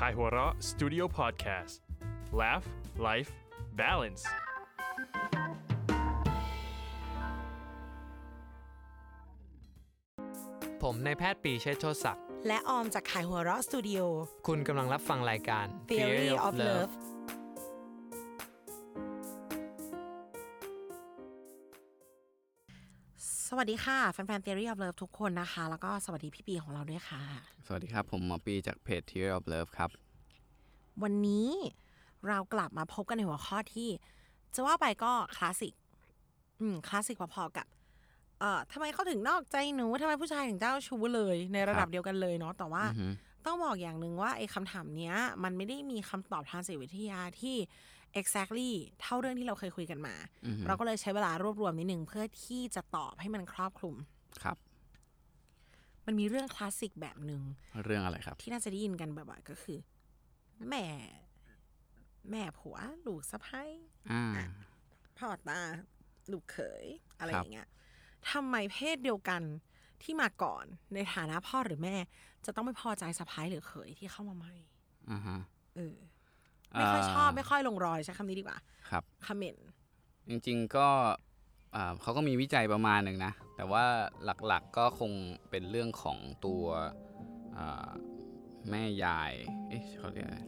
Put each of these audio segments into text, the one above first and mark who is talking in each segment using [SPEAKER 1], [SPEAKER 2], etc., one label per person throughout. [SPEAKER 1] k a i h u r a Studio Podcast Laugh Life Balance
[SPEAKER 2] ผมนายแพทย์ปรีเชษฐ์โชติศักดิ์
[SPEAKER 3] และออมจากขายหัวเราะสตูดิโอ
[SPEAKER 2] คุณกำลังรับฟังรายการ
[SPEAKER 3] Theory of Love สวัสดีค่ะ แฟนๆ Theory of Love ทุกคนนะคะ แล้วก็สวัสดีพี่ปีของเราด้วยค่ะ
[SPEAKER 4] สวัสดีครับ ผมหมอปีจากเพจ Theory of Love ครับ
[SPEAKER 3] วันนี้เรากลับมาพบกันในหัวข้อที่ จะว่าไปก็คลาสสิก อืม คลาสสิกพอๆกับ เอ่อทำไมเขาถึงนอกใจหนูทำไมผู้ชายถึงเจ้าชู้เลย ในระดั
[SPEAKER 4] ครับ บ
[SPEAKER 3] เดียวกันเลยเนาะ แต่ว่า
[SPEAKER 4] อือฮึ
[SPEAKER 3] ต้องบอกอย่างหนึ่งว่าไอ้คำถามเนี้ย มันไม่ได้มีคำตอบทางจิตวิทยาที่ exactly เท่าเรื่องที่เราเคยคุยกันมา
[SPEAKER 4] อือฮึ
[SPEAKER 3] เราก็เลยใช้เวลารวบรวมนิดนึงเพื่อที่จะตอบให้มันครอบคลุม
[SPEAKER 4] ครับ
[SPEAKER 3] มันมีเรื่องคลาสสิกแบบหนึ่ง
[SPEAKER 4] เรื่องอะไรครับ
[SPEAKER 3] ที่น่าจะได้ยินกันบ่อยๆก็คือ แม่ แม่ผัวลูกสะพ้ย
[SPEAKER 4] อ่า
[SPEAKER 3] พ่อตาลูกเขยอะไร
[SPEAKER 4] ค
[SPEAKER 3] อ
[SPEAKER 4] รับ
[SPEAKER 3] ย่างเงี้ยทำไมเพศเดียวกันที่มาก่อนในฐานะพ่อหรือแม่ จะต้องไม่พอใจสะพ้ยหรือเขยที่เข้ามาใหม่
[SPEAKER 4] อ่าฮะ
[SPEAKER 3] เออ ไม่ค่อยชอบ ไม่
[SPEAKER 4] า
[SPEAKER 3] ค่อยลงรอยใช้คำนี้ดีกว่า
[SPEAKER 4] ครับ
[SPEAKER 3] คอมเมนต์
[SPEAKER 4] จริงๆก็อ่าเขาก็มีวิจัยประมาณหนึ่งนะ แต่ว่าหลักๆก็คงเป็นเรื่องของตัวอ่าแม่ยาย เอ๊ะเขาเรียกอะไร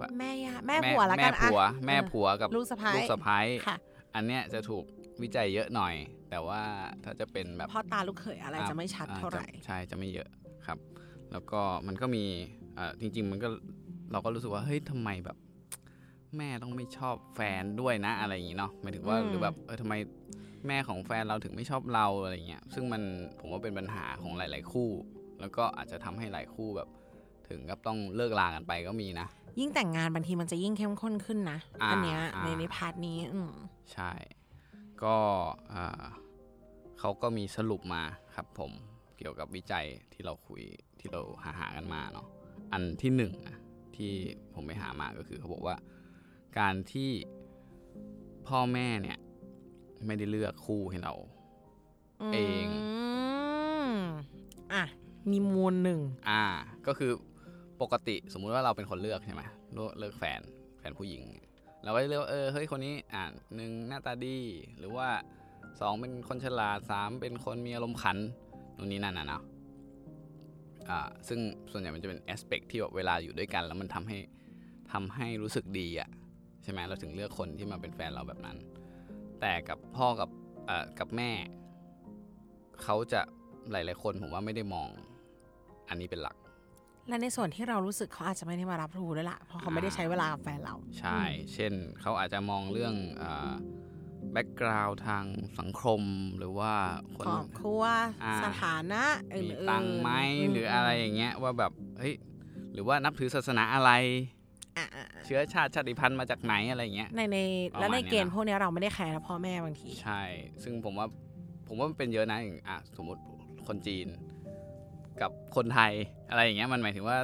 [SPEAKER 4] ปะ
[SPEAKER 3] แม่ยาแม่ผัวละ
[SPEAKER 4] แม่
[SPEAKER 3] กันอะ
[SPEAKER 4] ผัว แม่
[SPEAKER 3] เออ
[SPEAKER 4] ผัวกับ
[SPEAKER 3] ลูกสะใภ้
[SPEAKER 4] ลูกสะพ้าย
[SPEAKER 3] ค่ะ
[SPEAKER 4] อันเนี้ยจะถูกวิจัยเยอะหน่อย แต่ว่าถ้าจะเป็นแบบ
[SPEAKER 3] พ่อตาลูกเขยอะไรจะไม่ชัด
[SPEAKER 4] อ่
[SPEAKER 3] เท่าไหร่
[SPEAKER 4] จะใช่จะไม่เยอะครับ แล้วก็มันก็มีอ่าจริง ๆ มันก็เราก็รู้สึกว่าเฮ้ยทำไมแบบ แม่ต้องไม่ชอบแฟนด้วยนะอะไรอย่างงี้เนาะหมายถึงว่า
[SPEAKER 3] อืม
[SPEAKER 4] หรือแบบเออทำไมแม่ของแฟนเราถึงไม่ชอบเราอะไรเงี้ยซึ่งมันผมว่าเป็นปัญหาของหลาย ๆ คู่ แล้วก็อาจจะทำให้หลายคู่แบบ ถึงกับต้องเลิกลากันไปก็มีนะ
[SPEAKER 3] ยิ่งแต่งงานบางทีมันจะยิ่งเข้มข้นขึ้นนะ
[SPEAKER 4] อ่า
[SPEAKER 3] อันเนี้ย
[SPEAKER 4] อ่า
[SPEAKER 3] ในในพาร์ทนี้ อืม
[SPEAKER 4] ใช่ ก็อ่าเขาก็มีสรุปมาครับผมเกี่ยวกับวิจัยที่เราคุยที่เราหาหากันมาเนาะอันที่หนึ่งอะที่ผมไปหามาก็คือเขาบอกว่าการที่พ่อแม่เนี่ย ไม่ได้เลือกคู่ให้เรา เอง
[SPEAKER 3] มอ่ะ มีมูลหนึ่ง
[SPEAKER 4] อ่า ก็คือปกติสมมุติว่าเราเป็นคนเลือกใช่ไหมเลือกเลือกแฟนแฟนผู้หญิง เราก็จะเลือกว่าเออเฮ้ยคนนี้อ่าหนึ่งหน้าตาดี หรือว่าสองเป็นคนฉลาดสามเป็นคนมีอารมณ์ขันนู่นนี่นั่นนะเนาะอ่าซึ่งส่วนใหญ่มันจะเป็นแอสเปกที่แบบเวลาอยู่ด้วยกัน แล้วมันทำให้ทำให้รู้สึกดีอะใช่ไหมเราถึงเลือกคนที่มาเป็นแฟนเราแบบนั้น แต่กับพ่อกับเอ่อกับแม่ เขาจะหลาย ๆ คนผมว่าไม่ได้มองอันนี้เป็นหลัก
[SPEAKER 3] และในส่วนที่เรารู้สึกเขาอาจจะไม่ได้มารับรู้ด้วยล่ะ เพราะเขาไม่ได้ใช้เวลากับแฟนเรา
[SPEAKER 4] ใช่ เช่น เขาอาจจะมองเรื่องแบ็กกราวทางสังคมหรือว่าคน
[SPEAKER 3] ครอบครัว
[SPEAKER 4] อ่า
[SPEAKER 3] สถานะอื่น
[SPEAKER 4] มี
[SPEAKER 3] ๆ
[SPEAKER 4] ตังค์ไหมหรืออะไรอย่างเงี้ยว่าแบบเฮ้ยหรือว่านับถือศาสนาอะไร
[SPEAKER 3] อ่ะอ่ะอ่ะ
[SPEAKER 4] เชื้อชาติชาติพันธุ์มาจากไหนอะไรเงี้ย
[SPEAKER 3] ในในและ
[SPEAKER 4] ประมาณ
[SPEAKER 3] ใน
[SPEAKER 4] เนี้ย
[SPEAKER 3] เกณฑ์
[SPEAKER 4] นะ
[SPEAKER 3] พวกเนี้ยเราไม่ได้แคร์นะพ่อแม่บางที
[SPEAKER 4] ใช่ ซึ่งผมว่าผมว่ามันเป็นเยอะนะอย่างอ่ะสมมติคนจีนกับคนไทยอะไรอย่างเงี้ยมันหมายถึงว่า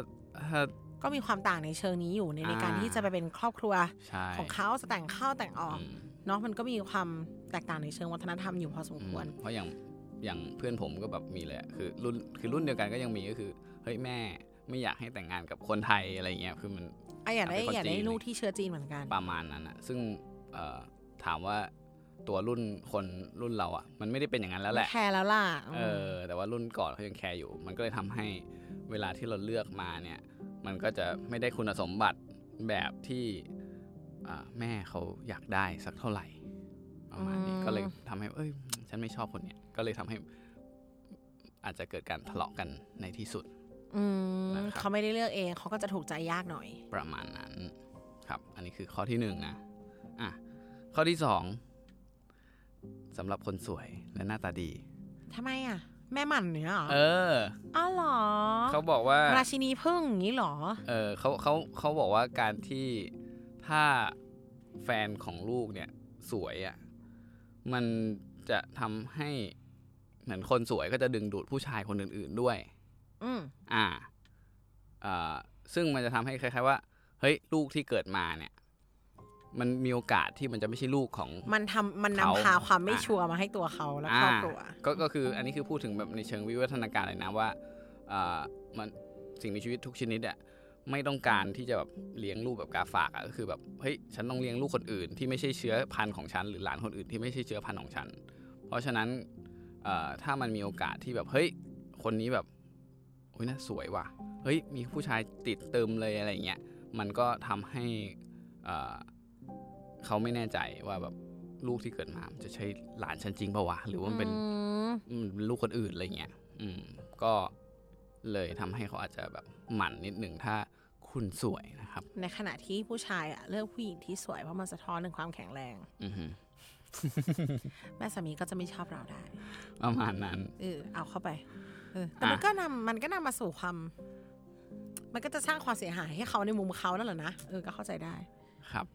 [SPEAKER 4] ถ้า
[SPEAKER 3] ก็มีความต่างในเชิงนี้อยู่ในในการ
[SPEAKER 4] อ่า
[SPEAKER 3] ที่จะไปเป็นครอบครัว
[SPEAKER 4] ใช่
[SPEAKER 3] ของเขาจะแต่งเข้าแต่งออก
[SPEAKER 4] อืม
[SPEAKER 3] เนาะมันก็มีความแตกต่างในเชิงวัฒนธรรมอยู่พอสมควร
[SPEAKER 4] อืมเพราะอย่างอย่างเพื่อนผมก็แบบมีเลยอะคือรุ่นคือรุ่นเดียวกันก็ยังมีก็คือเฮ้ยแม่ไม่อยากให้แต่งงานกับคนไทยอะไรเงี้ยคือมัน
[SPEAKER 3] ไอ้อยากได้
[SPEAKER 4] เป็นคน
[SPEAKER 3] อยากได้
[SPEAKER 4] จีน
[SPEAKER 3] ลูกที่เชื้อจีนเหมือนกัน
[SPEAKER 4] ประมาณนั้นอะซึ่งเอ่อถามว่าตัวรุ่นคนรุ่นเราอะมันไม่ได้เป็นอย่างนั้นแล้วแหละ
[SPEAKER 3] แคร์แล้วล่ะ
[SPEAKER 4] เออแต่ว่ารุ่นก่อนเขายังแคร์อยู่ มันก็เลยทำให้เวลาที่เราเลือกมาเนี่ยมันก็จะไม่ได้คุณสมบัติแบบที่อ่าแม่เขาอยากได้สักเท่าไหร่ประมาณนี้ก็เลยทำให้เอ้ยฉันไม่ชอบคนเนี้ยก็เลยทำให้ อาจจะเกิดการทะเลาะกันในที่สุด
[SPEAKER 3] อืม
[SPEAKER 4] นะครับ
[SPEAKER 3] เขาไม่ได้เลือกเองเขาก็จะถูกใจยากหน่อย
[SPEAKER 4] ประมาณนั้นครับ อันนี้คือข้อที่หนึ่งนะอ่ะข้อที่สองสำหรับคนสวยและหน้าตาดี
[SPEAKER 3] ทำไมอ่ะ แม่หมันเนี่ยเหรอ
[SPEAKER 4] เออ
[SPEAKER 3] อ้าวเหรอ
[SPEAKER 4] เขาบอกว่า
[SPEAKER 3] ราชินีพึ่งอย่างนี้เหรอ
[SPEAKER 4] เออเขาเขาเขาบอกว่าการที่ถ้าแฟนของลูกเนี่ยสวยอะ่ะมันจะทำให้เหมือนคนสวยก็จะดึงดูดผู้ชายคนอื่นๆด้วย
[SPEAKER 3] อืม
[SPEAKER 4] อ่าอ่าซึ่งมันจะทำให้คล้ายๆว่า เฮ้ย ลูกที่เกิดมาเนี่ย มันมีโอกาสที่มันจะไม่ใช่ลูกของ
[SPEAKER 3] มันทำมันนำ
[SPEAKER 4] เขา
[SPEAKER 3] พาความไม่
[SPEAKER 4] อ่ะ
[SPEAKER 3] ชัวร์มาให้ตัวเขาและครอบครัว
[SPEAKER 4] ก็ก็คืออันนี้คือพูดถึงแบบในเชิงวิวัฒนาการเลยนะว่าอ่ามันสิ่งมีชีวิตทุกชนิดอะไม่ต้องการที่จะแบบเลี้ยงลูกแบบกาฝากอะก็คือแบบเฮ้ยฉันต้องเลี้ยงลูกคนอื่น ที่ไม่ใช่เชื้อพันธุ์ของฉัน หรือหลานคนอื่นที่ไม่ใช่เชื้อพันธุ์ของฉัน เพราะฉะนั้นเอ่อถ้ามันมีโอกาสที่แบบเฮ้ยคนนี้แบบโอ้ยน่าสวยว่ะเฮ้ยมีผู้ชายติดเติมเลยอะไรอย่างเงี้ยมันก็ทำให้เอ่อเขาไม่แน่ใจว่าแบบลูกที่เกิดมามันจะใช่หลานฉันจริงเปล่าวะหรือว่ามันเป็น
[SPEAKER 3] อืม
[SPEAKER 4] อืมลูกคนอื่นอะไรเงี้ย อืม ก็เลยทำให้เขาอาจจะแบบหมั่นนิดหนึ่งถ้าคุณสวยนะครับ
[SPEAKER 3] ในขณะที่ผู้ชายอะเลือกผู้หญิงที่สวยเพราะมันสะท้อนถึงความแข็งแรง
[SPEAKER 4] อือหือ
[SPEAKER 3] แม่สามีก็จะไม่ชอบเราได้
[SPEAKER 4] ประมาณนั้น
[SPEAKER 3] เออเอาเข้าไปเออแต่มัน
[SPEAKER 4] อ่ะ
[SPEAKER 3] ก็นำมันก็นำมาสู่ความ มันก็จะสร้างความเสียหายให้เขาในมุมเขานั่นแหละนะเออก็เข้าใจได้
[SPEAKER 4] ครับ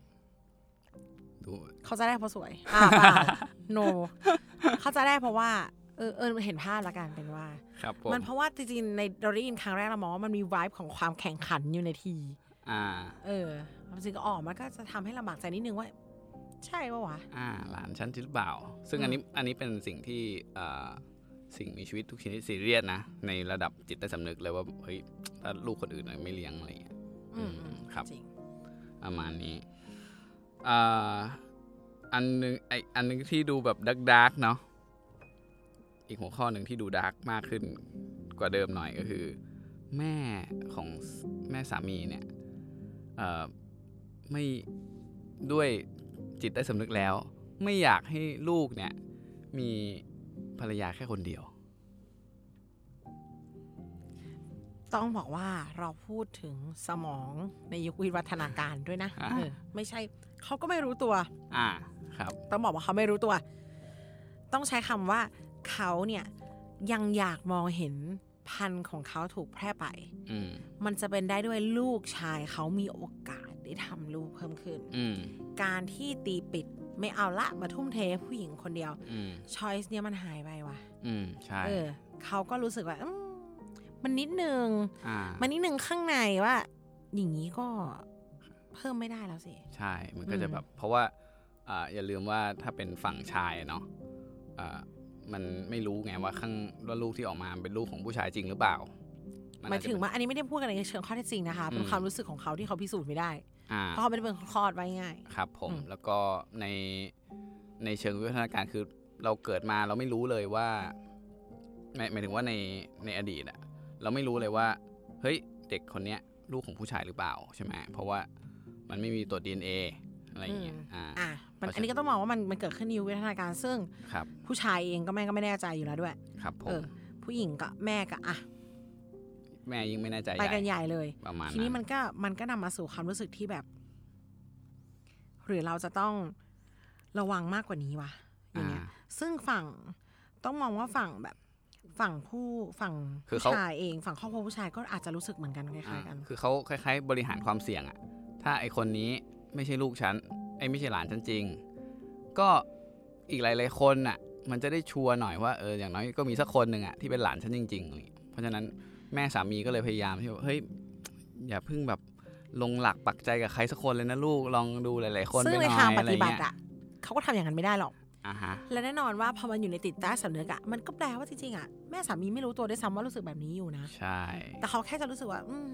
[SPEAKER 4] ดู
[SPEAKER 3] เขาจะได้เพราะสวย อ่าป่า no เขาจะได้เพราะว่า เออเออเห็นภาพละกันเป็นว่า
[SPEAKER 4] ครับผม
[SPEAKER 3] มันเพราะว่าจริงๆในเราได้ยินครั้งแรกเรามองว่ามันมีวายของความแข่งขันอยู่ในที
[SPEAKER 4] อ่า
[SPEAKER 3] เออจริงๆก็ออกมันก็จะทำให้ลำบากใจนิดนึงว่า ใช่ปะวะ
[SPEAKER 4] อ่า หลานฉันจริงหรือเปล่า ซึ่งอันนี้อันนี้เป็นสิ่งที่เอ่อสิ่งมีชีวิตทุกชนิดซีเรียสนะ ในระดับจิตใต้สำนึกเลยว่าเฮ้ยถ้าลูกคนอื่นไม่เลี้ยงอะไรเงี้ย
[SPEAKER 3] อืม
[SPEAKER 4] อืมครับ
[SPEAKER 3] จริง
[SPEAKER 4] ประมาณนี้อ่าอันหนึงไออันหนึงที่ดูแบบดักดักๆเนาะ อีกหัวข้อหนึ่งที่ดูดักมากขึ้นกว่าเดิมหน่อยก็คือ แม่ของสแม่สามีเนี่ยเอ่อไม่ด้วยจิตได้สำนึกแล้ว ไม่อยากให้ลูกเนี่ย มีภรรยาแค่คนเดียว
[SPEAKER 3] ต้องบอกว่าเราพูดถึงสมองในยุควิวัฒนาการด้วยนะ
[SPEAKER 4] อ่ะ
[SPEAKER 3] เออไม่ใช่เขาก็ไม่รู้ตัว
[SPEAKER 4] อ่าครับ
[SPEAKER 3] ต้องบอกว่าเขาไม่รู้ตัว ต้องใช้คำว่าเขาเนี่ยยังอยากมองเห็นพันธุ์ของเขาถูกแพร่ไป
[SPEAKER 4] อืม
[SPEAKER 3] มันจะเป็นได้ด้วยลูกชายเขามีโอกาสได้ทำลูกเพิ่มขึ้น
[SPEAKER 4] อืม
[SPEAKER 3] การที่ตีปิดไม่เอาละมาทุ่มเทผู้หญิงคนเดียว
[SPEAKER 4] อืม
[SPEAKER 3] ชอยส์เนี่ยมันหายไปว่ะ
[SPEAKER 4] อืม ใช่
[SPEAKER 3] เออเขาก็รู้สึกว่าอืมมันนิดนึง
[SPEAKER 4] อ่า
[SPEAKER 3] มันนิดนึงข้างในว่า อย่างนี้ก็เพิ่มไม่ได้แล้วสิ
[SPEAKER 4] ใช่ มันก็จะ
[SPEAKER 3] อืม
[SPEAKER 4] แบบ เพราะว่าอ่าอย่าลืมว่าถ้าเป็นฝั่งชายอะเนาะอ่ามันไม่รู้ไงว่าข้างว่าลูกที่ออกมาเป็นลูกของผู้ชายจริงหรือเปล่า มั
[SPEAKER 3] หมาย
[SPEAKER 4] อจจะ
[SPEAKER 3] ถึง
[SPEAKER 4] เป็น
[SPEAKER 3] ว่าอันนี้ไม่ได้พูดกันในเชิงข้อเท็จจริงนะคะเป็น
[SPEAKER 4] อืม
[SPEAKER 3] ความรู้สึกของเขาที่เขาพิสูจน์ไม่ได้
[SPEAKER 4] อ่า
[SPEAKER 3] เพราะเขาไม่ได้เป็นคนคลอดไว้ง่าย
[SPEAKER 4] ครับผม
[SPEAKER 3] อืม
[SPEAKER 4] แล้วก็ในในเชิงวิวัฒนาการคือเราเกิดมาเราไม่รู้เลยว่าหมายหมายถึงว่าในในอดีตอะเราไม่รู้เลยว่า เฮ้ยเด็กคนเนี้ยลูกของผู้ชายหรือเปล่าใช่ไหมเพราะว่ามันไม่มีตัว DNA อะไรอย่างเงี้ยอ่า
[SPEAKER 3] อ่ะมัน
[SPEAKER 4] เพราะฉะนั้น
[SPEAKER 3] อันนี้ก็ต้องมองว่ามันมันเกิดขึ้นในยุควิวัฒนาการ ซึ่ง
[SPEAKER 4] ครับ
[SPEAKER 3] ผู้ชายเองก็แม่ก็ไม่แน่ใจอยู่แล้วด้วย
[SPEAKER 4] ครับผ
[SPEAKER 3] เอ
[SPEAKER 4] ม
[SPEAKER 3] อ ผู้หญิงก็แม่ก็อ่ะ
[SPEAKER 4] แม่ยิ่งไม่แน่ใจ
[SPEAKER 3] ไปกันให
[SPEAKER 4] ใหญ่
[SPEAKER 3] ญ่เลย
[SPEAKER 4] ประมาณ
[SPEAKER 3] ทีนี้
[SPEAKER 4] นั้
[SPEAKER 3] มันก็มันก็นำมาสู่ความรู้สึกที่แบบ หรือเราจะต้องระวังมากกว่านี้วะอย่างเงี้ย
[SPEAKER 4] อ่า
[SPEAKER 3] ซึ่งฝั่งต้องมองว่าฝั่งแบบ ฝั่งผู้ฝั่ง
[SPEAKER 4] คือ
[SPEAKER 3] ผู้
[SPEAKER 4] เขา
[SPEAKER 3] ชายเอง ฝั่งครอบครัวผู้ชายก็อาจจะรู้สึกเหมือนกันค
[SPEAKER 4] อ่า
[SPEAKER 3] ล้ายๆกัน
[SPEAKER 4] คือเขาคล้ายๆ บริหารความเสี่ยงอะถ้าไอคนนี้ไม่ใช่ลูกฉันไอยไม่ใช่หลานฉันจริง ก็อีกหลาย ๆ คนอะมันจะได้ชัวร์หน่อยว่าเอออย่างน้อยก็มีสักคนหนึ่งอะที่เป็นหลานฉันจริงๆอะไรอย่างเงี้ยเพราะฉะนั้นแม่สามีก็เลยพยายามที่ว่าเฮ้ยอย่าเพิ่งแบบลงหลักปักใจกับใครสักคนเลยนะลูกลองดูหลาย ๆ คน
[SPEAKER 3] ซึ่ง
[SPEAKER 4] ไป
[SPEAKER 3] ใน
[SPEAKER 4] หน่อย
[SPEAKER 3] ทางป
[SPEAKER 4] อะไร
[SPEAKER 3] ฏิบั
[SPEAKER 4] เงี้
[SPEAKER 3] ติ
[SPEAKER 4] ย
[SPEAKER 3] อ่ะเขาก็ทำอย่างนั้นไม่ได้หรอก
[SPEAKER 4] อ่าฮะ
[SPEAKER 3] และแน่นอนว่าพอมันอยู่ในติดใต้สำนึกอะมันก็แปลว่าจริงๆอะแม่สามีไม่รู้ตัวด้วยซ้ำว่ารู้สึกแบบนี้อยู่นะ
[SPEAKER 4] ใช่
[SPEAKER 3] แต่เขาแค่จะรู้สึกว่า อืม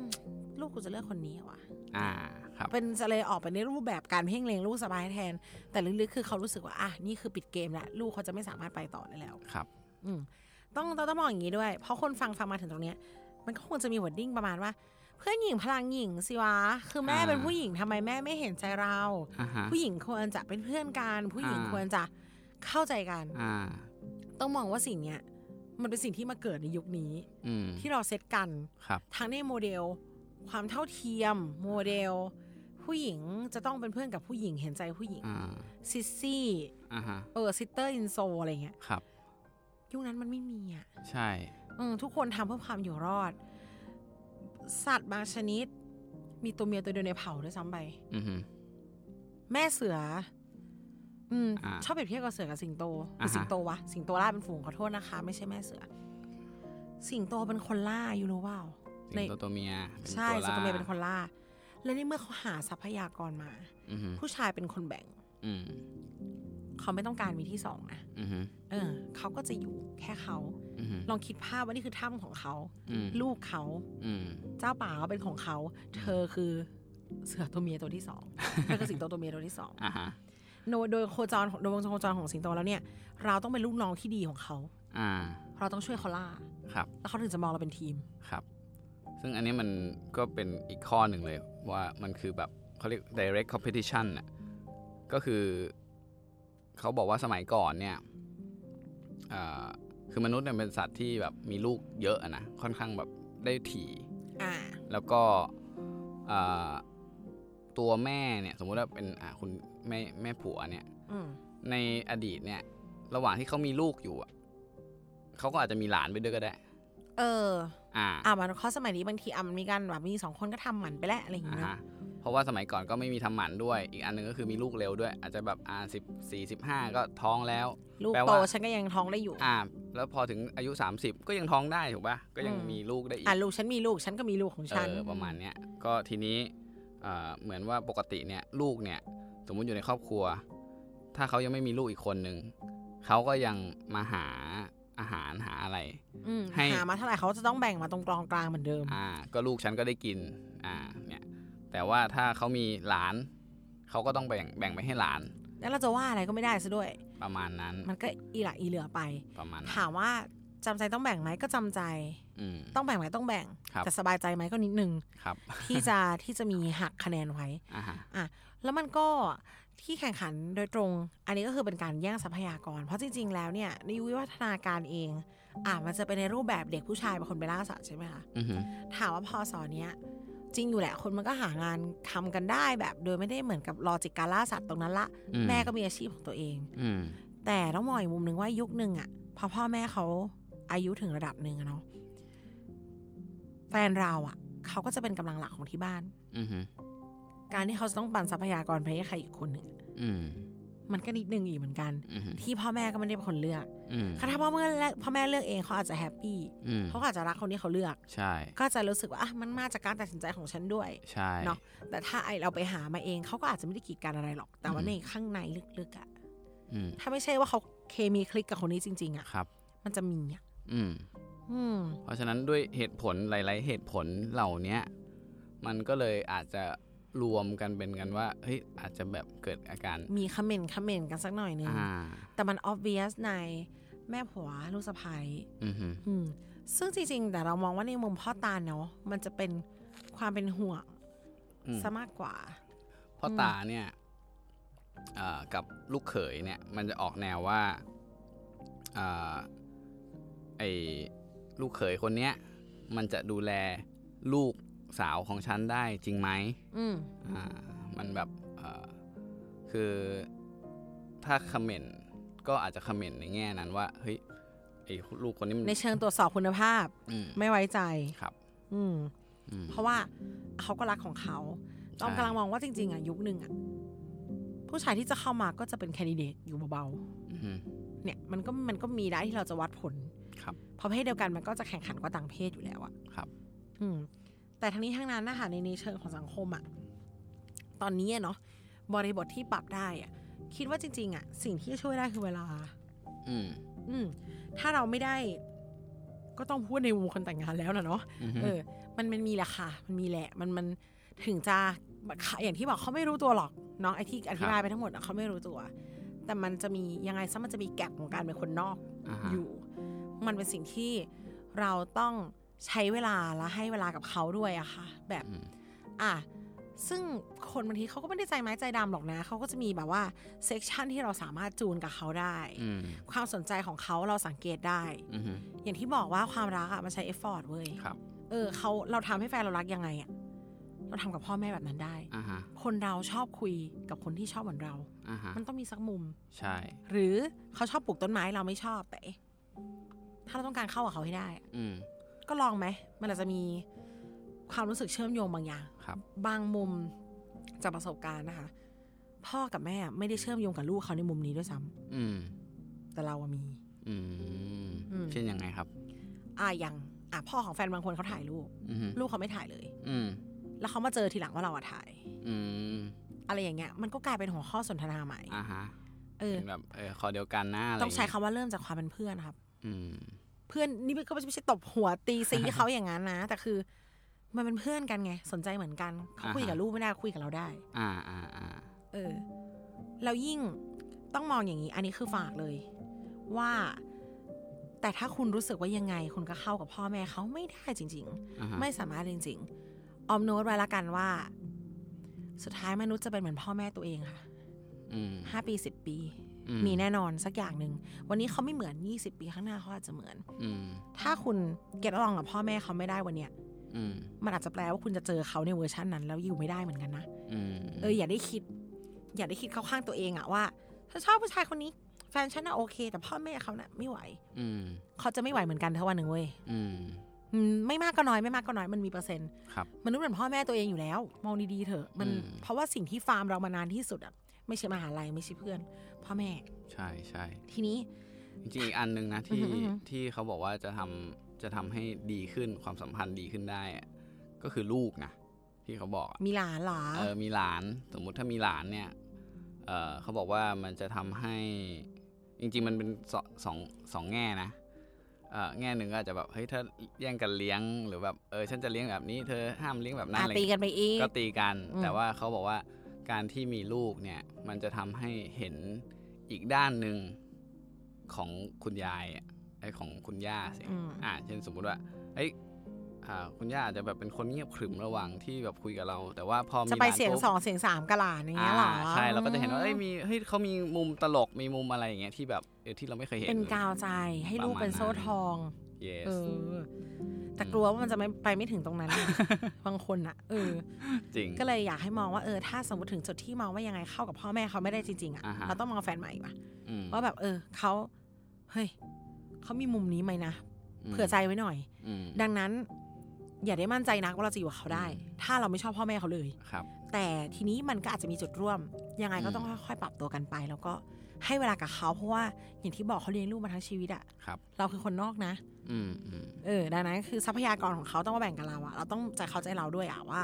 [SPEAKER 3] ลูกกูจะเลือกคนนี้เหรอวะ
[SPEAKER 4] อ่าครับ
[SPEAKER 3] เป็นจะเลยออกไปในรูปแบบการเพ่งเล็งลูกสบายแทน แต่ลึกๆคือเขารู้สึกว่าอ่ะนี่คือปิดเกมละลูกเขาจะไม่สามารถไปต่อได้แล้ว
[SPEAKER 4] ครับ
[SPEAKER 3] อืมต้องต้องต้องมองอย่างนี้ด้วย เพราะคนฟังฟังมาถึงตรงเนี้ย มันก็คงจะมีวอดดิ้งประมาณว่า เพื่อนหญิงพลังหญิงสิวะคือแม่
[SPEAKER 4] อ่า
[SPEAKER 3] เป็นผู้หญิงทำไมแม่ไม่เห็นใจเรา
[SPEAKER 4] อ่าฮะ
[SPEAKER 3] ผู้หญิงควรจะเป็นเพื่อนกันผู้หญิง
[SPEAKER 4] อ่า
[SPEAKER 3] ควรจะเข้าใจกัน
[SPEAKER 4] อ่า
[SPEAKER 3] ต้องมองว่าสิ่งเนี้ยมันเป็นสิ่งที่มาเกิดในยุคนี้
[SPEAKER 4] อืม
[SPEAKER 3] ที่เราเซตกัน
[SPEAKER 4] ครับ
[SPEAKER 3] ทั้งในโมเดล ความเท่าเทียม โมเดล ผู้หญิงจะต้องเป็นเพื่อนกับผู้หญิงเห็นใจผู้หญิง
[SPEAKER 4] อ่า
[SPEAKER 3] ซิสซี่
[SPEAKER 4] อ่าฮะ
[SPEAKER 3] เออซิสเตอร์อินโซอะไรเงี้ย
[SPEAKER 4] ครับ
[SPEAKER 3] ยุคนั้นมันไม่มีอ่ะ
[SPEAKER 4] ใช่
[SPEAKER 3] อืมทุกคนทำเพื่อความอยู่รอด สัตว์บางชนิด มีตัวเมียตัวเดียวในเผ่าด้วยซ้ำไป
[SPEAKER 4] อือฮึ
[SPEAKER 3] แม่เสือ อืม
[SPEAKER 4] อ่า
[SPEAKER 3] ชอบเปรียบเทียบกับเสือกับสิงโตห
[SPEAKER 4] อ่า
[SPEAKER 3] รือ
[SPEAKER 4] ฮะ
[SPEAKER 3] สิงโตวะสิงโตล่าเป็นฝูงขอโทษนะคะ ไม่ใช่แม่เสือ สิงโตเป็นคนล่าอยู่รู้เปล่า
[SPEAKER 4] สิงโตตัวเมียเป็น
[SPEAKER 3] ใช่
[SPEAKER 4] ตัว
[SPEAKER 3] สิง
[SPEAKER 4] ล่า
[SPEAKER 3] โตเมียเป็นคนล่า และในเมื่อเขาหาทรัพยากรมา
[SPEAKER 4] อือฮึ
[SPEAKER 3] ผู้ชายเป็นคนแบ่ง
[SPEAKER 4] อืม
[SPEAKER 3] เขาไม่ต้องการมีที่สองนะ
[SPEAKER 4] อือฮึ
[SPEAKER 3] เออเขาก็จะอยู่แค่เขา
[SPEAKER 4] อือฮึ
[SPEAKER 3] ลองคิดภาพว่านี่คือถ้ำของเขา
[SPEAKER 4] อืม
[SPEAKER 3] ลูกเขา
[SPEAKER 4] อืม
[SPEAKER 3] เจ้าป่าเขาเป็นของเขา เธอคือเสือตัวเมียตัวที่สอง เธอคือสิงโตตัวเมียตัวที่สอง
[SPEAKER 4] อ่าฮะ
[SPEAKER 3] โดยโดยโคจรของโดยวงโคจรของสิงโตแล้วเนี่ย เราต้องเป็นลูกน้องที่ดีของเขา
[SPEAKER 4] อ่า
[SPEAKER 3] เราต้องช่วยเขาล่า
[SPEAKER 4] ครับ
[SPEAKER 3] แล้วเขาถึงจะมองเราเป็นทีม
[SPEAKER 4] ครับ ซึ่งอันนี้มันก็เป็นอีกข้อหนึ่งเลยว่ามันคือแบบเขาเรียก direct competition น่ะก็คือเขาบอกว่าสมัยก่อนเนี่ยเอ่อคือมนุษย์เนี่ยเป็นสัตว์ที่แบบมีลูกเยอะอะนะ ค่อนข้างแบบได้ถี่
[SPEAKER 3] อ่า
[SPEAKER 4] แล้วก็เอ่อตัวแม่เนี่ย สมมุติว่าเป็นอ่ะคุณแม่แม่ผัวเนี่ย
[SPEAKER 3] อืม
[SPEAKER 4] ในอดีตเนี่ย ระหว่างที่เขามีลูกอยู่อะเขาก็อาจจะมีหลานไปด้วยก็ได้
[SPEAKER 3] เออ
[SPEAKER 4] อ่า
[SPEAKER 3] อ่ามันข้อสมัยนี้บางทีอ่ะมันมีการแบบมีสองคนก็ทำหมันไปแล้วอะไรอย่าง
[SPEAKER 4] อ่า
[SPEAKER 3] เงี้ย
[SPEAKER 4] ฮะเพราะว่าสมัยก่อนก็ไม่มีทำหมันด้วย อีกอันหนึงก็คือมีลูกเร็วด้วย อาจจะแบบอ่าสิบสี่สิบห้าก็ท้องแล้ว
[SPEAKER 3] ลูก
[SPEAKER 4] แปล
[SPEAKER 3] โต
[SPEAKER 4] ว่า
[SPEAKER 3] ฉันก็ยังท้องได้อยู่
[SPEAKER 4] อ่า แล้วพอถึงอายุ 30 ก็ยังท้องได้ถูกปะ่ะ ก็ยัง
[SPEAKER 3] อืม
[SPEAKER 4] มีลูกได้อีก
[SPEAKER 3] อ่ะลูกฉันมีลูกฉันก็มีลูกของ
[SPEAKER 4] เอ
[SPEAKER 3] ฉัน
[SPEAKER 4] อประมาณเนี้ย ก็ทีนี้เอ่อเหมือนว่าปกติเนี่ยลูกเนี่ยสมมุติอยู่ในครอบครัว ถ้าเขายังไม่มีลูกอีกคนนึงเขาก็ยังมาหาอาหารหาอะไร
[SPEAKER 3] อืม
[SPEAKER 4] ให้
[SPEAKER 3] หามาเท่าไหร่เขาจะต้องแบ่งมาตรงกลางกลางเหมือนเดิม
[SPEAKER 4] อ่าก็ลูกฉันก็ได้กินอ่าเนี่ยแต่ว่าถ้าเขามีหลานเขาก็ต้องแบ่งแบ่งไปให้หลาน
[SPEAKER 3] แล้วเราจะว่าอะไรก็ไม่ได้ซะด้วย
[SPEAKER 4] ประมาณนั้น
[SPEAKER 3] มันก็อีหละอีเหลือไป
[SPEAKER 4] ประมาณนั้น
[SPEAKER 3] ถามว่าจำใจต้องแบ่งไหมก็จำใจ
[SPEAKER 4] อืม
[SPEAKER 3] ต้องแบ่งไหมต้องแบ่ง
[SPEAKER 4] ครับ
[SPEAKER 3] แต่สบายใจไหมก็นิดนึง
[SPEAKER 4] ครับ
[SPEAKER 3] ที่จะ ที่จะมีหักคะแนนไว้
[SPEAKER 4] อ่าฮะ
[SPEAKER 3] แล้วมันก็ที่แข่งขันโดยตรง อันนี้ก็คือเป็นการแย่งทรัพยากร เพราะจริง ๆ แล้วเนี่ยในยุควิวัฒนาการเอง อ่ะมันจะเป็นในรูปแบบเด็กผู้ชายเป็นคนไปล่าสัตว์ใช่ไหมคะ
[SPEAKER 4] อือฮึ
[SPEAKER 3] ถามว่าพอสอนเนี้ยจริงอยู่แหละคนมันก็หางานทำกันได้แบบ โดยไม่ได้เหมือนกับลอจิกการล่าสัตว์ตรงนั้นละ
[SPEAKER 4] อื
[SPEAKER 3] แม่ก็มีอาชีพของตัวเอง
[SPEAKER 4] อืม
[SPEAKER 3] แต่ต้องมองอีกมุมหนึ่งว่ายุคหนึ่งอะพอพ่อแม่เขาอายุถึงระดับหนึ่งอะเนาะแฟนเราอะเขาก็จะเป็นกำลังหลักของที่บ้าน
[SPEAKER 4] อือฮึ
[SPEAKER 3] การที่เขาจะต้องปันทรัพยากรไปให้ใครอีกคนหนึ่งอะ
[SPEAKER 4] อืม
[SPEAKER 3] มันก็นิดนึงอีกเหมือนกัน
[SPEAKER 4] อือฮึ
[SPEAKER 3] ที่พ่อแม่ก็ไม่ได้เป็นคนเลือก
[SPEAKER 4] อืม
[SPEAKER 3] ค่ะถ้าพ่อแม่เลือกพ่อแม่เลือกเองเขาอาจจะแฮปปี้
[SPEAKER 4] อืม
[SPEAKER 3] เขาก็อาจจะรักคนที่เขาเลือก
[SPEAKER 4] ใช่
[SPEAKER 3] ก็จะรู้สึกว่าอ่ะมันมาจากการตัดสินใจของฉันด้วย
[SPEAKER 4] ใช่
[SPEAKER 3] เนาะ แต่ถ้าไอเราไปหามาเองเขาก็อาจจะไม่ได้กีดกันอะไรหรอก แต่ว่าในข้างในลึกๆอะ
[SPEAKER 4] อืม
[SPEAKER 3] ถ้าไม่ใช่ว่าเขาเคมีคลิกกับคนนี้จริง ๆอะ
[SPEAKER 4] ครับ
[SPEAKER 3] มันจะมีอะ
[SPEAKER 4] อืม
[SPEAKER 3] อืม
[SPEAKER 4] เพราะฉะนั้นด้วยเหตุผลหลาย ๆ เหตุผลเหล่าเนี้ยมันก็เลยอาจจะรวมกันเป็นกันว่าเฮ้ยอาจจะแบบเกิดอาการ
[SPEAKER 3] มีคอมเมนต์คอมเมนต์กันสักหน่อยนึง
[SPEAKER 4] อ่า
[SPEAKER 3] แต่มัน obvious ในแม่ผัวลูกสะใภ้
[SPEAKER 4] อือฮึ
[SPEAKER 3] อืมซึ่งจริงๆ แต่เรามองว่าในมุมพ่อตาเนาะมันจะเป็นความเป็นห่วง
[SPEAKER 4] อืม
[SPEAKER 3] ซะมากกว่า
[SPEAKER 4] พ่อตาเนี่ยเอ่อกับลูกเขยเนี่ย มันจะออกแนวว่าเอ่อไอ้ลูกเขยคนเนี้ย มันจะดูแลลูกสาวของฉันได้จริงไหม
[SPEAKER 3] อืม
[SPEAKER 4] อ่ามันแบบเอ่อคือถ้าคอมเมนต์ก็อาจจะคอมเมนต์ในแง่นั้นว่า เฮ้ยไอ้ลูกคนนี้มัน
[SPEAKER 3] ในเชิงตรวจสอบคุณภาพ
[SPEAKER 4] อืม
[SPEAKER 3] ไม่ไว้ใจ
[SPEAKER 4] ครับ
[SPEAKER 3] อืม
[SPEAKER 4] อืม
[SPEAKER 3] เพราะว่าเขาก็รักของเขา
[SPEAKER 4] ใช่
[SPEAKER 3] เรากำลังมองว่าจริง ๆ อ่ะ ยุคหนึ่งอ่ะ ผู้ชายที่จะเข้ามาก็จะเป็นแคนดิเดตอยู่เบา
[SPEAKER 4] อือฮึ
[SPEAKER 3] ๆเนี่ยมันก็มันก็มีได้ที่เราจะวัดผล
[SPEAKER 4] ครับ
[SPEAKER 3] เพอเพศเดียวกันมันก็จะแข่งขันกว่าต่างเพศอยู่แล้วอะ
[SPEAKER 4] ครับ
[SPEAKER 3] อืมแต่ทั้งนี้ทั้งนั้นนะคะในในเชิงของสังคมอะตอนนี้อะเนาะบริบทที่ปรับได้อะคิดว่าจริง ๆอะสิ่งที่จะช่วยได้คือเวลา
[SPEAKER 4] อืม
[SPEAKER 3] อืมถ้าเราไม่ได้ ก็ต้องพูดในวงคนแต่งงานแล้วนะเนาะ
[SPEAKER 4] อือฮึ
[SPEAKER 3] เออ มันมันมีแหละค่ะ มันมีแหละมันมันถึงจะอย่างที่บอกเขาไม่รู้ตัวหรอกเน้องไอที่อธิบายไปทั้งหมดอะเขาไม่รู้ตัว แต่มันจะมียังไงซะมันจะมีแก็บของการเป็นคนนอก
[SPEAKER 4] าฮะ
[SPEAKER 3] อยู่ มันเป็นสิ่งที่เราต้องใช้เวลาและให้เวลากับเขาด้วยอะค่ะ แบบ
[SPEAKER 4] อืม
[SPEAKER 3] อ่ะ ซึ่งคนบางทีเขาก็ไม่ได้ใจไม้ใจดำหรอกนะ เขาก็จะมีแบบว่าเซกชันที่เราสามารถจูนกับเขาได้
[SPEAKER 4] อืม
[SPEAKER 3] ความสนใจของเขาเราสังเกตได้
[SPEAKER 4] อือฮึ
[SPEAKER 3] อย่างที่บอกว่าความรักอะมันใช้เอฟฟอร์ตเว้ย
[SPEAKER 4] ครับ
[SPEAKER 3] เออเขาเราทำให้แฟนเรารักยังไงอะเราทำกับพ่อแม่แบบนั้นได้
[SPEAKER 4] อ่าฮะ
[SPEAKER 3] คนเราชอบคุยกับคนที่ชอบเหมือนเรา
[SPEAKER 4] อ่าฮะ
[SPEAKER 3] มันต้องมีสักมุม
[SPEAKER 4] ใช่
[SPEAKER 3] หรือเขาชอบปลูกต้นไม้เราไม่ชอบแต่เอ๊ะ ถ้าเราต้องการเข้ากับเขาให้ได้
[SPEAKER 4] อืม
[SPEAKER 3] ก็ลองไหม มันอาจจะมีความรู้สึกเชื่อมโยงบางอย่าง
[SPEAKER 4] ครับ
[SPEAKER 3] งมุมจากประสบการณ์นะคะ พ่อกับแม่ไม่ได้เชื่อมโยงกับลูกเขาในมุมนี้ด้วยซ้ำ
[SPEAKER 4] อืม
[SPEAKER 3] แต่เราอะมี
[SPEAKER 4] อืม
[SPEAKER 3] อืม
[SPEAKER 4] เช่นยังไงครับ
[SPEAKER 3] อ่ะอย่างอ่ะพ่อของแฟนบางคนเขาถ่ายรูป
[SPEAKER 4] อืม
[SPEAKER 3] ลูกเขาไม่ถ่ายเลย
[SPEAKER 4] อืม
[SPEAKER 3] แล้วเขามาเจอทีหลังว่าเราอะถ่าย
[SPEAKER 4] อืม
[SPEAKER 3] อะไรอย่างเงี้ย มันก็กลายเป็นหัวข้อสนทนาใหม่
[SPEAKER 4] อ่าฮะ
[SPEAKER 3] เออ
[SPEAKER 4] เป็นแบบเออคอเดียวกันนะอะไร
[SPEAKER 3] ต้องใช้คำ
[SPEAKER 4] ย่าเย
[SPEAKER 3] ว่าเริ่มจากความเป็นเพื่อนครับ
[SPEAKER 4] อืม
[SPEAKER 3] เพื่อนนี่ก็ไม่ใช่ตบหัวตีซีเขาอย่างนั้นนะ แต่คือ มันเป็นเพื่อนกันไง สนใจเหมือนกันเขาคุยกับลูกไม่ได้คุยกับเราได้
[SPEAKER 4] อ่าอ่าอ่า
[SPEAKER 3] เออแล้วยิ่งต้องมองอย่างนี้ อันนี้คือฝากเลย ว่า แต่ถ้าคุณรู้สึกว่ายังไง คุณก็เข้ากับพ่อแม่เขาไม่ได้จริง
[SPEAKER 4] อ่าฮะ
[SPEAKER 3] ๆ ไม่สามารถจริงๆออมโน้ตไว้ละกันว่า สุดท้ายมนุษย์จะเป็นเหมือนพ่อแม่ตัวเองค่ะ
[SPEAKER 4] อืม
[SPEAKER 3] ห้าปีสิบปี
[SPEAKER 4] อื
[SPEAKER 3] มีแน่นอนสักอย่างหนึ่งวันนี้เขาไม่เหมือนยี่สิบปีข้างหน้าเขาอาจจะเหมือน
[SPEAKER 4] อืม
[SPEAKER 3] ถ้าคุณเก็ตลองกับพ่อแม่เขาไม่ได้วันเนี้ย
[SPEAKER 4] อืม
[SPEAKER 3] มันอาจจะแปลว่าคุณจะเจอเขาในเวอร์ชันนั้น แล้วอยู่ไม่ได้เหมือนกันนะ
[SPEAKER 4] อืม
[SPEAKER 3] เอออย่าได้คิด อย่าได้คิดเข้าข้างตัวเองอะว่าถ้าชอบผู้ชายคนนี้ แฟนฉันน่ะโอเค แต่พ่อแม่เขาน่ะไม่ไหว
[SPEAKER 4] อืม
[SPEAKER 3] เขาจะไม่ไหวเหมือนกันถ้าวันหนึ่งเว้ย
[SPEAKER 4] อืม
[SPEAKER 3] อืมไม่มากก็น้อยไม่มากก็น้อยมันมีเปอร์เซ็นต์
[SPEAKER 4] ครับ
[SPEAKER 3] มนุษย์เหมือนพ่อแม่ตัวเองอยู่แล้ว มองดีๆเถอะมัน
[SPEAKER 4] อืม
[SPEAKER 3] เพราะว่าสิ่งที่ฟาร์มเรามานานที่สุดอะไม่ใช่มหาลัยไม่ใช่เพื่อน พ่อแม่
[SPEAKER 4] ใช่ใช่
[SPEAKER 3] ทีนี้
[SPEAKER 4] จริงๆอีกอันหนึ่งนะ
[SPEAKER 3] อื
[SPEAKER 4] ที่
[SPEAKER 3] อฮึอือฮึ
[SPEAKER 4] ที่เขาบอกว่าจะทำจะทำให้ดีขึ้นความสัมพันธ์ดีขึ้นได้อะก็คือลูกนะที่เขาบอกอะ
[SPEAKER 3] มีหลานเหรอ
[SPEAKER 4] เออมีหลานสมมุติถ้ามีหลานเนี่ยเออเขาบอกว่ามันจะทำให้จริง ๆ มันเป็นสองสองสองแง่นะเออแง่หนึ่งก็อาจจะแบบเฮ้ยถ้าแย่งกันเลี้ยงหรือแบบเออฉันจะเลี้ยงแบบนี้เธอห้ามเลี้ยงแบบนั้น
[SPEAKER 3] อ่ะ
[SPEAKER 4] อะไร
[SPEAKER 3] ตี
[SPEAKER 4] เงี้ย
[SPEAKER 3] กันไปอีก
[SPEAKER 4] ก็ตีกัน
[SPEAKER 3] อืม
[SPEAKER 4] แต่ว่าเขาบอกว่าการที่มีลูกเนี่ย มันจะทำให้เห็นอีกด้านหนึ่งของคุณยายอะไอยของคุณย่าสิ
[SPEAKER 3] อืม
[SPEAKER 4] อ่าเช่นสมมุติว่าเอ้ยอ่าคุณย่าอาจจะแบบเป็นคนเงียบขรึมระหว่างที่แบบคุยกับเรา แต่ว่าพอมี
[SPEAKER 3] จะไป
[SPEAKER 4] หลาน
[SPEAKER 3] เสียง
[SPEAKER 4] ปุ๊บ
[SPEAKER 3] สองเสียงสามกับหลานอย่างเงี้ยเหรอ
[SPEAKER 4] ใช่เราก็จะเห็นว่าเอ้ย
[SPEAKER 3] อืม
[SPEAKER 4] มีเฮ้ยเขามีมุมตลกมีมุมอะไรอย่างเงี้ยที่แบบเออที่เราไม่เคยเห็น
[SPEAKER 3] เป็นกาวใจให้ลูกเป็นโซ่ทอง
[SPEAKER 4] เย
[SPEAKER 3] เอ
[SPEAKER 4] ส
[SPEAKER 3] อ แต่กลัวว่ามันจะไม่ไปไม่ถึงตรงนั้นน่ะ บางคนอะเออ
[SPEAKER 4] จริง
[SPEAKER 3] ก็เลยอยากให้มองว่าเออ ถ้าสมมติถึงจุดที่มองว่ายังไงเข้ากับพ่อแม่เขาไม่ได้จริงๆอะ
[SPEAKER 4] อ่าฮะ
[SPEAKER 3] เราต้องมองแฟนใหม่ปะ
[SPEAKER 4] อืม
[SPEAKER 3] ว่าแบบเออเขาเฮ้ยเขามีมุมนี้ไหมนะเผื่อใจไว้หน่อย
[SPEAKER 4] อืม
[SPEAKER 3] ดังนั้น อย่าได้มั่นใจนักว่าเราจะอยู่กับเขาได้
[SPEAKER 4] อืม
[SPEAKER 3] ถ้าเราไม่ชอบพ่อแม่เขาเลย
[SPEAKER 4] ครับ
[SPEAKER 3] แต่ทีนี้มันก็อาจจะมีจุดร่วม ยังไงก็
[SPEAKER 4] อืม
[SPEAKER 3] ต้องค่อยๆปรับตัวกันไป แล้วก็ให้เวลากับเขาเพราะว่าอย่างที่บอกเขาเลี้ยงลูกมาทั้งชีวิตอะ
[SPEAKER 4] ครับ
[SPEAKER 3] เราคือคนนอกนะ
[SPEAKER 4] อืมอืม
[SPEAKER 3] เออดังนั้นคือทรัพยากรของเขาต้องมาแบ่งกับเราอะเราต้องใจเขาใจเราด้วยอะว่า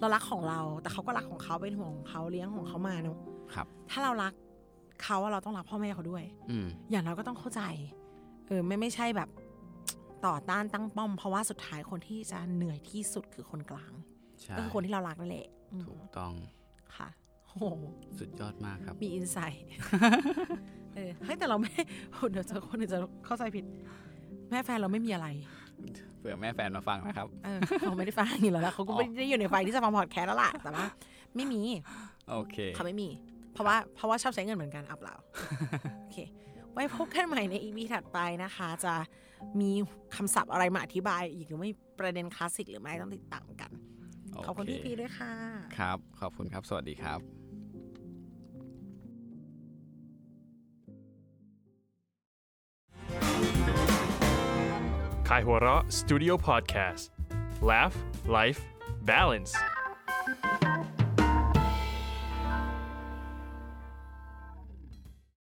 [SPEAKER 3] เรารักของเรา แต่เขาก็รักของเขาเป็นห่วงของเขาเลี้ยงของเขามาเนอะ
[SPEAKER 4] ครับ
[SPEAKER 3] ถ้าเรารักเขาอะเราต้องรักพ่อแม่เขาด้วย
[SPEAKER 4] อืม
[SPEAKER 3] อย่างเราก็ต้องเข้าใจ เออไม่ไม่ใช่แบบ ต่อต้านตั้งป้อม เพราะว่าสุดท้ายคนที่จะเหนื่อยที่สุดคือคนกลาง
[SPEAKER 4] ใช่
[SPEAKER 3] ก็คือคนที่เรารักนั่นแหละอืม
[SPEAKER 4] ถูกต้อง
[SPEAKER 3] ค่ะโอ้โห
[SPEAKER 4] สุดยอดมากครับ
[SPEAKER 3] มีอินไซต์ เออเฮ้ยแต่เรา ไม่โอ้โหเดี๋ยวเจอคนอื่นจะเข้าใจผิด แม่แฟนเราไม่มีอะไร
[SPEAKER 4] เผื่อแม่แฟนมาฟังนะครับ
[SPEAKER 3] เออเขาไม่ได้ฟังอยู่แล้วล่ะเขาก็ไม่ได้อยู่ในไฟที่จะฟังพอดแคสต์แล้วล่ะแต่ว่าไม่มี
[SPEAKER 4] โอเค
[SPEAKER 3] เขาไม่มี เพราะว่าเพราะว่าชอบใช้เงินเหมือนกันอับเราโอเค ไว้พบกันใหม่ในอีพีถัดไปนะคะ จะมีคำศัพท์อะไรมาอธิบายอีกหรือไม่ประเด็นคลาสสิกหรือไม่ต้องติดตามกัน ขอบคุณพี่พีด้วยค่ะ
[SPEAKER 4] ครับ ขอบคุณครับ สวัสดีครับ
[SPEAKER 1] ไคายหัวเราะ Studio Podcast Laugh Life Balance